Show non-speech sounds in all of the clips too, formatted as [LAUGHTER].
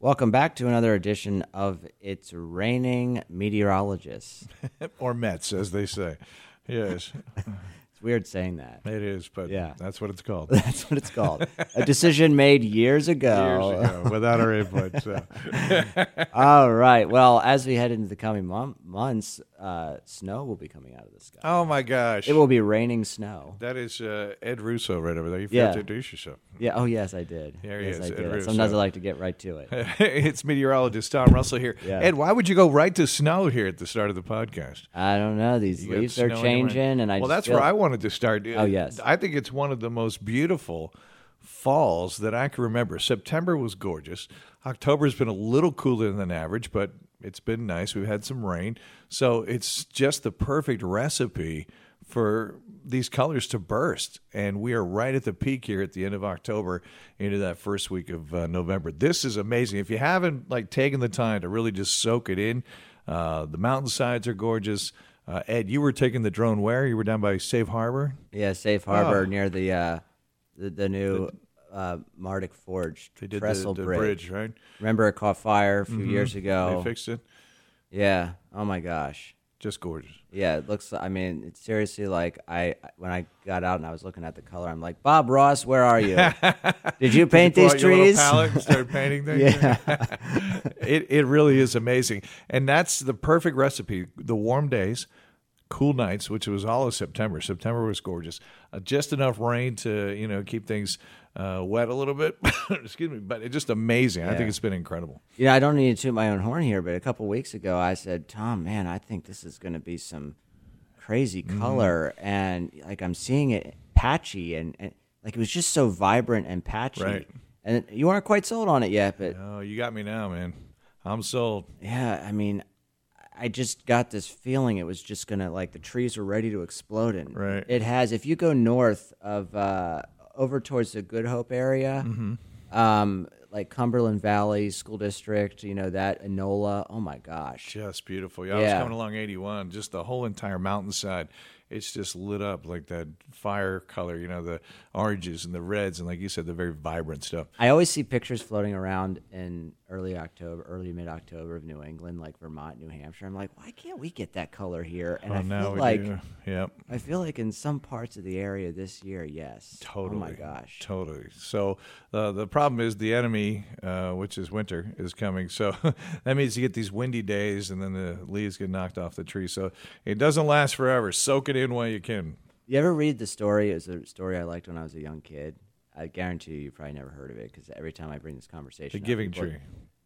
Welcome back to another edition of It's Raining Meteorologists. or Mets, as they say. Yes, It's weird saying that. [LAUGHS] it is, but Yeah. that's what [LAUGHS] it's called. That's what it's called. A decision made years ago. Years ago, without our input. [LAUGHS] So. All right. Well, as we head into the coming mon- months, uh, snow will be coming out of the sky. Oh my gosh, It will be raining snow. that is uh, Ed Russo right over there. You forgot Yeah. to introduce yourself. [LAUGHS] Yeah. Oh, yes, I did. There he yes, is, I Ed did. Russo. Sometimes I like to get right to it. it's meteorologist Tom Russell here. Yeah. Ed, why would you go right to snow here at the start of the podcast? I don't know. These You got leaves are snow anywhere? changing, and I well, just that's feel- where I wanted to start. uh, Oh, yes. I think it's one of the most beautiful falls that I can remember. September was gorgeous. October's been a little cooler than average, but it's been nice. We've had some rain, so it's just the perfect recipe for these colors to burst. And we are right at the peak here at the end of October into that first week of uh, November. This is amazing. If you haven't like taken the time to really just soak it in, uh, the mountainsides are gorgeous. Uh, Ed, you were taking the drone where? You were down by Safe Harbor? Yeah, Safe Harbor Oh. near the uh, the, the new uh, Martic Forge They did trestle the, the bridge. Oh. bridge. right? Remember, it caught fire a few years ago. Mm-hmm. They fixed it. yeah. Oh my gosh. Just gorgeous. Yeah, it looks. I mean, it's seriously like I when I got out and I was looking at the color, I'm like, Bob Ross, where are [LAUGHS] you? Did you paint Pull out these your little trees? palette and start painting things. [LAUGHS] it it really is amazing, and that's the perfect recipe: the warm days, cool nights, which was all of September. September was gorgeous, uh, just enough rain to you know keep things uh, wet a little bit. [LAUGHS] Excuse me, but it's just amazing. I think it's been incredible. You know, I don't need to toot my own horn here, but a couple weeks ago, I said, Tom, man, I think this is going to be some crazy Mm-hmm. color, and like I'm seeing it patchy, and, and like it was just so vibrant and patchy, Right. and you aren't quite sold on it yet, but Oh, you got me now, man. I'm sold. yeah, I mean, I just got this feeling it was just gonna like the trees were ready to explode, and Right. it has. If you go north of uh, over towards the Good Hope area, Mm-hmm. um, like Cumberland Valley School District, you know that Enola. Oh my gosh, Just beautiful. Yeah, I was Yeah. coming along 81, just the whole entire mountainside. It's just lit up like that fire color, you know, the oranges and the reds, and like you said, the very vibrant stuff. I always see pictures floating around in early October, early mid October of New England, like Vermont, New Hampshire. I'm like, why can't we get that color here? Oh, And I feel like yeah, I feel like in some parts of the area this year, yes, totally. Oh my gosh. totally. So uh, the problem is the enemy, uh, which is winter, is coming. So [LAUGHS] that means you get these windy days, and then the leaves get knocked off the tree. So it doesn't last forever. Soak it in while you can. You ever read the story? It was a story I liked when I was a young kid. I guarantee you, you probably never heard of it because every time I bring this conversation, The up, Giving people- Tree.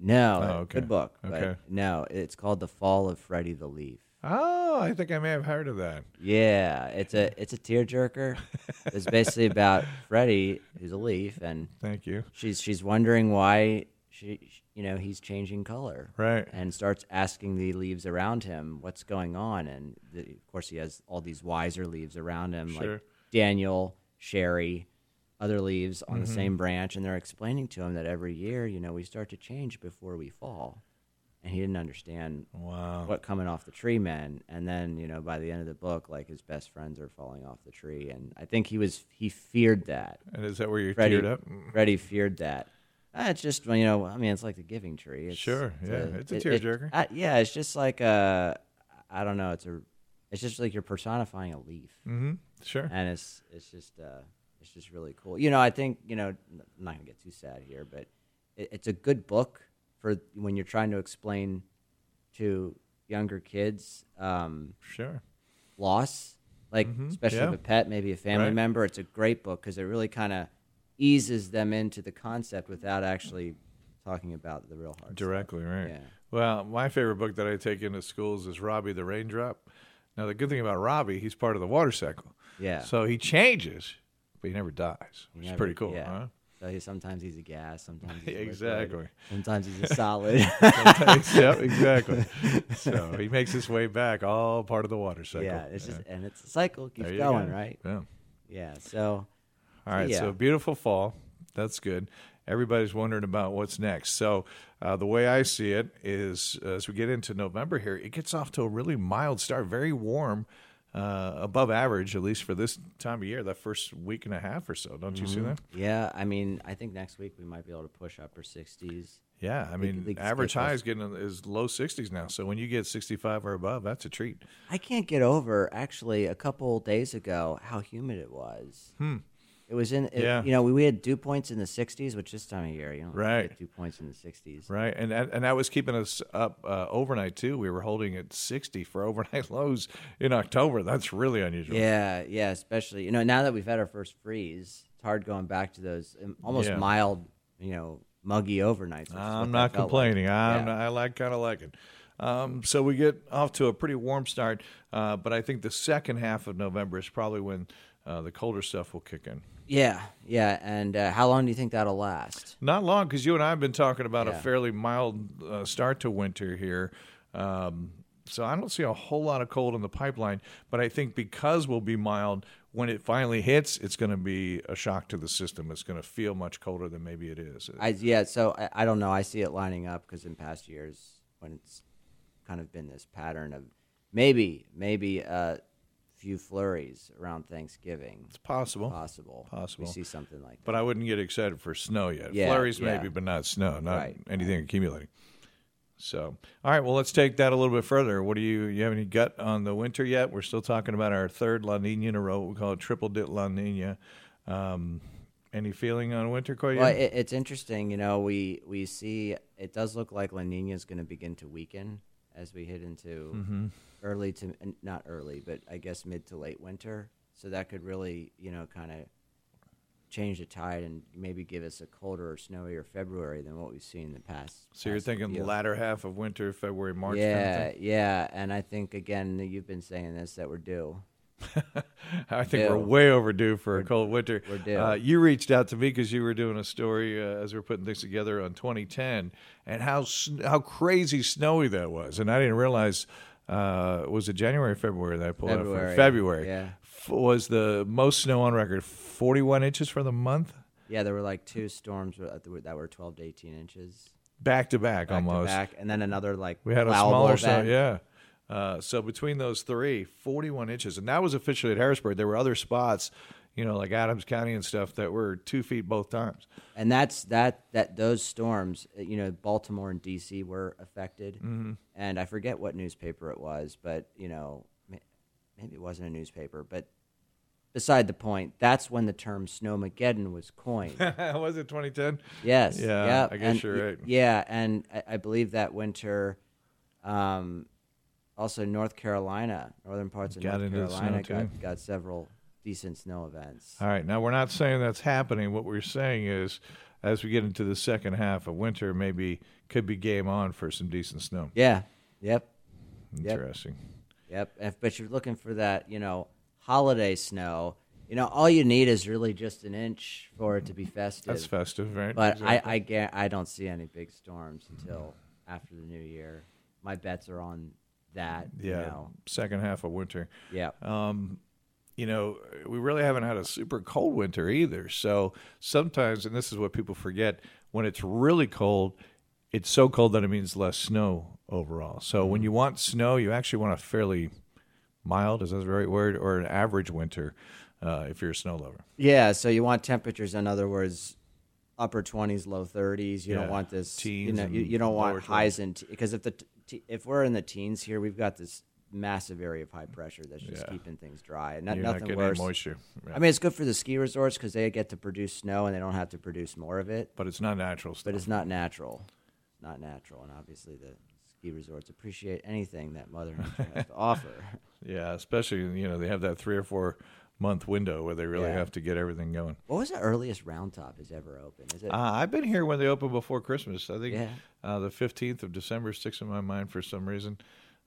No, Oh, uh, okay. good book. But Okay. No, it's called The Fall of Freddie the Leaf. Oh, I think I may have heard of that. Yeah, it's a it's a [LAUGHS] tearjerker. it's basically about Freddie, who's a leaf, and Thank you. she's she's wondering why she you know he's changing color Right. and starts asking the leaves around him what's going on and the, of course he has all these wiser leaves around him like Sure. daniel sherry other leaves on the same branch and they're explaining to him that every year you know we start to change before we fall and he didn't understand Wow. what coming off the tree meant and then you know by the end of the book like his best friends are falling off the tree and i think he was he feared that And is that where you're Freddie, teared up? Freddie feared that. Ah, it's just well, you know, I mean, it's like the Giving Tree. It's, Sure, yeah, it's a it- it- tearjerker. I- yeah, it's just like I I don't know. It's a. It's just like you're personifying a leaf, Mm-hmm. Sure. and it's it's just uh, it's just really cool. You know, I think you know, n- I'm not gonna get too sad here, but it, it's a good book for when you're trying to explain to younger kids um, Sure. loss, like especially Mm-hmm. yeah. if a pet, maybe a family Right. member. It's a great book because it really kind of eases them into the concept without actually talking about the real hard. stuff. Directly, right. Yeah. Well, my favorite book that I take into schools is Robbie the Raindrop. Now, the good thing about Robbie, he's part of the water cycle. Yeah. So he changes, but he never dies, which Never- is pretty cool, yeah. huh? So he, sometimes he's a gas, sometimes he's a liquid, Exactly. sometimes [LAUGHS] he's a solid. [LAUGHS] Sometimes- yep, exactly. So he makes his way back, all part of the water cycle. yeah, it's just and it's a cycle keeps There you going, go. right? Yeah. Yeah. So All right, Yeah. so beautiful fall. That's good. Everybody's wondering about what's next. So, uh, the way I see it is uh, as we get into November here, it gets off to a really mild start, very warm, uh, above average, at least for this time of year, that first week and a half or so. Don't you see that? yeah, I mean, I think next week we might be able to push upper sixties. Yeah, I mean, league average schedules. high is getting in- is low 60s now. So when you get 65 or above, that's a treat. I can't get over actually a couple days ago how humid it was. Hmm. It was in, it, Yeah. you know, we, we had dew points in the 60s, which this time of year, you know, Right. dew points in the 60s. Right, and that- and that was keeping us up uh, overnight too. We were holding at sixty for overnight [LAUGHS] lows in October. That's really unusual. Yeah, yeah, especially you know now that we've had our first freeze, it's hard going back to those um, almost Yeah. mild, you know, muggy overnights. which is what that I'm not felt like. complaining. I'm, Yeah. I like kind of like it. Um, so we get off to a pretty warm start, uh, but I think the second half of November is probably when uh, the colder stuff will kick in. Yeah, yeah, and uh, how long do you think that'll last? Not long, because you and I have been talking about a Yeah. fairly mild uh, start to winter here. Um, so I don't see a whole lot of cold in the pipeline, but I think because we'll be mild, when it finally hits, it's going to be a shock to the system. It's going to feel much colder than maybe it is. I yeah, so I, I don't know. I see it lining up because in past years when it's kind of been this pattern of maybe maybe a few flurries around Thanksgiving It's possible. possible. Possible. we see something like that. But I wouldn't get excited for snow yet. Yeah, Flurries yeah. maybe, but not snow, not Right, anything accumulating. So, all right, well, let's take that a little bit further. What do you you have any gut on the winter yet? We're still talking about our third La Nina in a row. We call it triple dip La Nina. Um, any feeling on winter quite Well, yet? it, it's interesting. You know, we we see it does look like La Nina is going to begin to weaken as we hit into Mm-hmm. early to n- not early, but I guess mid to late winter. So that could really, you know, kind of change the tide and maybe give us a colder or snowier February than what we've seen in the past. so you're past thinking few. latter half of winter, February, March. kind of yeah, thing? yeah, and I think again that you've been saying this that we're due. [LAUGHS] I think we're due. way overdue for a cold winter. we're due. Uh, you reached out to me because you were doing a story uh, as we were putting things together on 2010 and how sn- how crazy snowy that was, and I didn't realize. Uh, was it January, or February that I pulled out for February, February? yeah. F- was the most snow on record, forty-one inches for the month, Yeah, there were like two storms wa- that were- that were 12 to 18 inches back to back, back almost. to back, and then another like We had a plowable smaller event. snow, yeah. Uh, so between those three, 41 inches, and that was officially at Harrisburg. There were other spots, you know, like Adams County and stuff, that were two feet both times. and that's that that those storms uh, you know baltimore and dc were affected Mm-hmm. and i forget what newspaper it was but you know ma- maybe it wasn't a newspaper but beside the point that's when the term snowmageddon [LAUGHS] was [LAUGHS] coined was it 2010? yes Yeah, yep, I guess and you're y- right. yeah and I, I believe that winter um, also north carolina northern parts of Got north into the snow, carolina too. got, got several decent snow events All right. Now, we're not saying that's happening. What we're saying is, as we get into the second half of winter, maybe could be game on for some decent snow. yeah yep Yep. Interesting. Yep. If, but you're looking for that, you know, holiday snow. You know, all you need is really just an inch for it to be festive. That's festive, right? but Exactly. I, I ga- I don't see any big storms until after the new year. My bets are on that. yeah, You know. second half of winter. Yeah. you know, we really haven't had a super cold winter either. So sometimes, and this is what people forget, when it's really cold, it's so cold that it means less snow overall. So Mm-hmm. when you want snow, you actually want a fairly mild, is that the right word, or an average winter uh, if you're a snow lover. yeah. So you want temperatures, in other words, upper 20s, low 30s. You Yeah, don't want this. you teens know, you, and you don't lower want 20s. highs and because if the t- t- if we're in the teens here, we've got this massive area of high pressure that's just Yeah. keeping things dry. Not, You're not nothing getting worse. any moisture. Yeah. I mean, it's good for the ski resorts because they get to produce snow and they don't have to produce more of it. but it's not natural stuff. But it's not natural. It's not natural, and obviously the ski resorts appreciate anything that Mother Nature has [LAUGHS] to offer. yeah, especially, you know, they have that three or four month window where they really Yeah. have to get everything going. What was the earliest Round Top has ever opened? Is it? Uh, I've been here when they open before Christmas. I think Yeah. uh, the fifteenth of December sticks in my mind for some reason.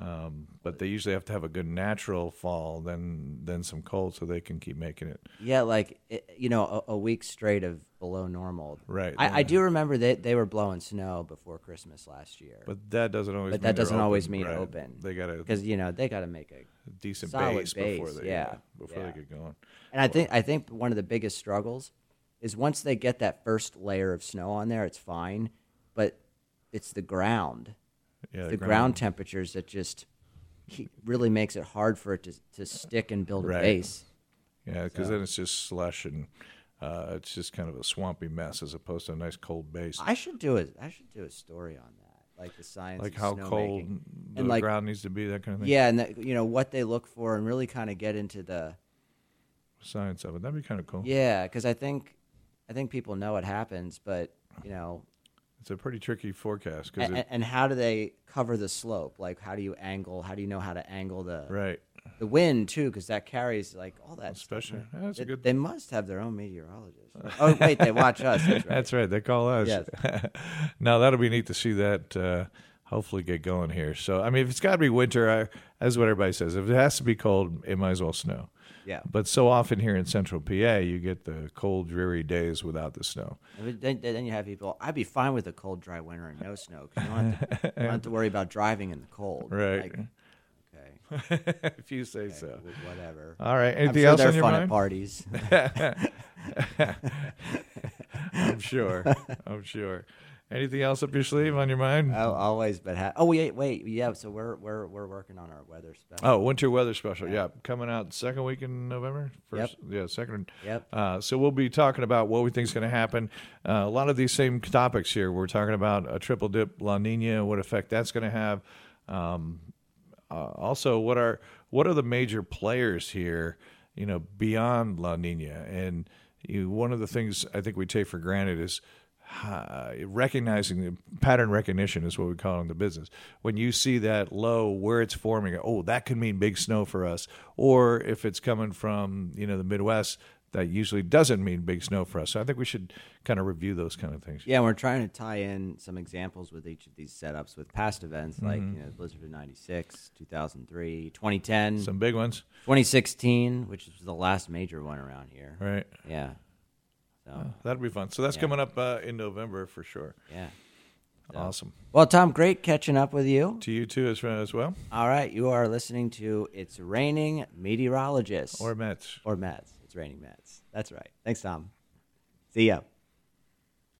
Um, but they usually have to have a good natural fall, then then some cold, so they can keep making it. yeah, like it, you know, a, a week straight of below normal. Right, I, I yeah. do remember they they were blowing snow before Christmas last year. But that doesn't always. But mean that they're doesn't always open, mean right? open. They got a because you know they got to make a decent solid base, before base, they yeah, before yeah. they get going. And I think I think one of the biggest struggles is once they get that first layer of snow on there, it's fine, but it's the ground, Yeah, the, ground temperatures that just he- really makes it hard for it to to stick and build a Right. base. Yeah, because then it's just slush and Uh, it's just kind of a swampy mess as opposed to a nice cold base. I should do a I should do a story on that, like the science, like of how snowmaking. cold the and like ground needs to be, that kind of thing. yeah, and that, you know what they look for, and really kind of get into the Science of it. That'd be kind of cool. yeah, because I think I think people know it happens, but you know, It's a pretty tricky forecast because and, and how do they cover the slope? Like how do you angle? How do you know how to angle the right. the wind too? Because that carries like all that. stuff, Especially, right? yeah, that's a They- good. They must have their own [LAUGHS] meteorologist. oh wait, they watch us. [LAUGHS] That's right. That's right. They call us. Yes. [LAUGHS] now that'll be neat to see that. Uh, hopefully, get going here. So, I mean, if it's got to be winter, I, that's what everybody says. If it has to be cold, it might as well snow. yeah. But so often here in Central PA, you get the cold, dreary days without the snow. I mean, Then, then you have people. I'd be fine with a cold, dry winter and no snow because you don't have, to, you don't have to worry about driving in the cold. [LAUGHS] Right. Like, okay. [LAUGHS] if you say so. w- Whatever. All right. I'm Anything sure else they're on your fun mind? at parties. [LAUGHS] I'm sure. I'm sure. Anything else up your sleeve on your mind? oh, always, but ha- oh wait, wait, yeah. So we're we're we're working on our weather stuff. Oh, winter weather special. Yeah, coming out second week in November. Yep. First, yeah, second. Yep. Uh, so we'll be talking about what we think is going to happen. Uh, a lot of these same topics here. We're talking about a triple dip La Nina, what effect that's going to have. Um, uh, also, what are what are the major players here? You know, beyond La Nina, and you, one of the things I think we take for granted is uh, recognizing the pattern recognition is what we call it in the business. When you see that low where it's forming, oh, that could mean big snow for us. Or if it's coming from you know the Midwest, that usually doesn't mean big snow for us. So I think we should kind of review those kind of things. Yeah, and we're trying to tie in some examples with each of these setups with past events like Mm-hmm. you know Blizzard of '96, 2003, 2010, Some big ones, 2016, which is the last major one around here. right? Yeah. So That'd be fun. So that's Yeah. coming up uh, in November for sure. yeah. Awesome. Well, Tom, great catching up with you. To you too, as as well, All right, you are listening to It's Raining Meteorologists. or Mets. or Mets. It's raining Mets. That's right. Thanks, Tom. See ya.